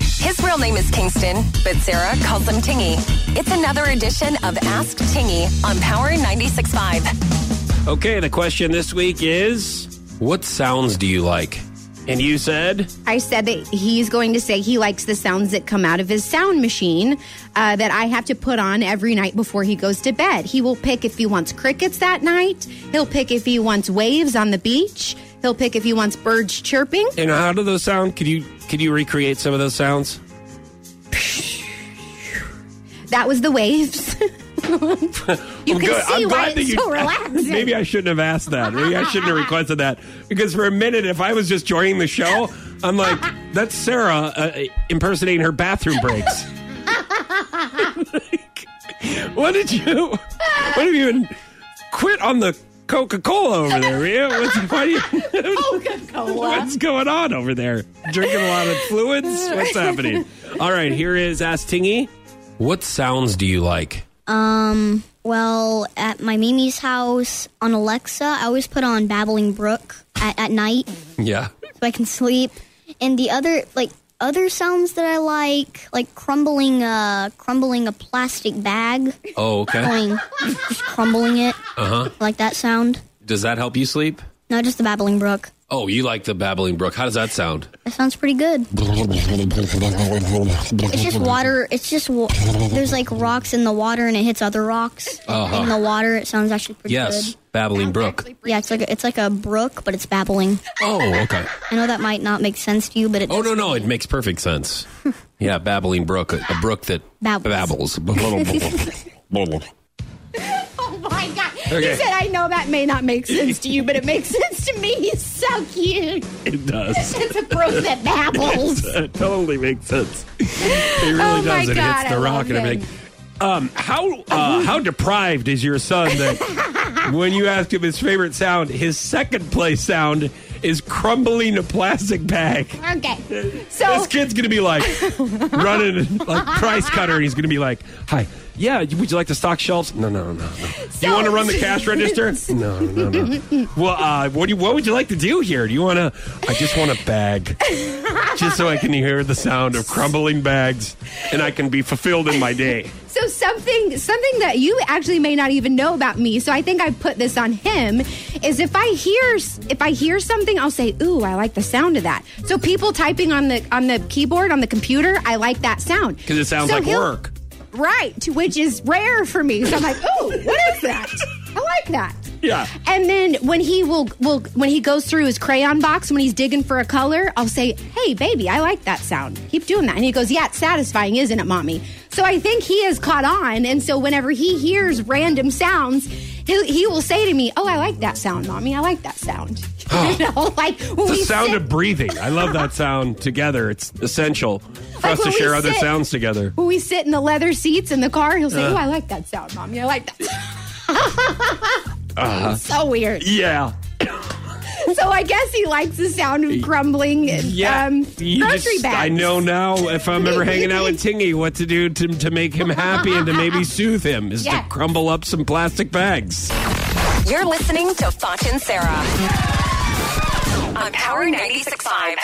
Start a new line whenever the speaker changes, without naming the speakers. His real name is Kingston, but Sarah calls him Tingy. It's another edition of Ask Tingy on Power 96.5.
Okay, the question this week is what sounds do you like? And you said,
I said that he's going to say he likes the sounds that come out of his sound machine uh, that I have to put on every night before he goes to bed. He will pick if he wants crickets that night. He'll pick if he wants waves on the beach. He'll pick if he wants birds chirping.
and how do those sound? Could you could you recreate some of those sounds?
That was the waves.
Oh,
you can
Good.
see why
that
it's
you-
so relaxing.
Maybe I shouldn't have asked that. Maybe I shouldn't have requested that. Because for a minute, if I was just joining the show, I'm like, that's Sarah uh, impersonating her bathroom breaks. what did you? What have you been? Quit on the Coca Cola over there, Ria. What's, why do you, what's going on over there? Drinking a lot of fluids? What's happening? All right, here is Ask Tingy. What sounds do you like?
Um, well, at my Mimi's house on Alexa, I always put on Babbling Brook at, at night so
Yeah.
I can sleep. And the other, like, other sounds that I like, like crumbling, uh, crumbling a plastic bag,
Oh, okay.
going, just crumbling it. Uh huh. Like that sound.
Does that help you sleep?
No, just the Babbling Brook.
Oh, you like the babbling brook? How does that sound?
That sounds pretty good. It's just water. It's just wa- there's like rocks in the water, and it hits other rocks in the water. It sounds actually pretty
Yes,
good.
babbling brook.
Yeah, it's like a, it's like a brook, but it's babbling.
Oh, okay.
I know that might not make sense to you, but it
Oh no, no, it makes perfect sense. Yeah, babbling brook, a, a brook that
Babbles.
babbles.
Oh my god!
Okay.
He said, "I know that may not make sense to you, but it makes sense to me. He's so cute.
it does.
It's a brook that babbles."
It totally makes sense. It really
Oh, my
does. It
God,
hits the
I
rock and
love him.
everything. Um, how uh, how deprived is your son that when you ask him his favorite sound, his second place sound is crumbling a plastic bag.
Okay,
this
so
kid's gonna be like running like price cutter, and he's gonna be like, "Hi, yeah, would you like to stock shelves? No, no, no, no. Do you want to run the cash register? No, no, no. Well, uh, what do you, what would you like to do here? Do you want to? I just want a bag, just so I can hear the sound of crumbling bags, and I can be fulfilled in my day.
so something something that you actually may not even know about me. So I think I put this on him. Is if I hear if I hear something, I'll say, "Ooh, I like the sound of that." So people typing on the on the keyboard on the computer, I like that sound
Because it sounds
So
like
he'll-
work.
Right, to- which is rare for me. So I'm like, oh, what is that? I like that.
Yeah.
And then when he will will when he goes through his crayon box when he's digging for a color, I'll say, "Hey, baby, I like that sound. Keep doing that." And he goes, "Yeah, it's satisfying, isn't it, mommy?" So I think he has caught on, and so whenever he hears random sounds. He, he will say to me, "Oh, I like that sound, mommy. I like that sound." you know, like when
The
we
sound
sit-
of breathing. I love that sound together. It's essential for
Like
us to
when we
share other
sit-
sounds together.
when we sit in the leather seats in the car, he'll
Uh.
say, "Oh, I like that sound, mommy. I like that."
Uh-huh.
so weird.
Yeah.
So I guess he likes the sound of crumbling
Yeah,
um,
you
grocery
just-
bags.
I know now if I'm ever hanging out with Tingy, what to do to, to make him happy and to maybe soothe him is
Yeah.
to crumble up some plastic bags.
You're listening to Foch and Sarah on Power 96.5.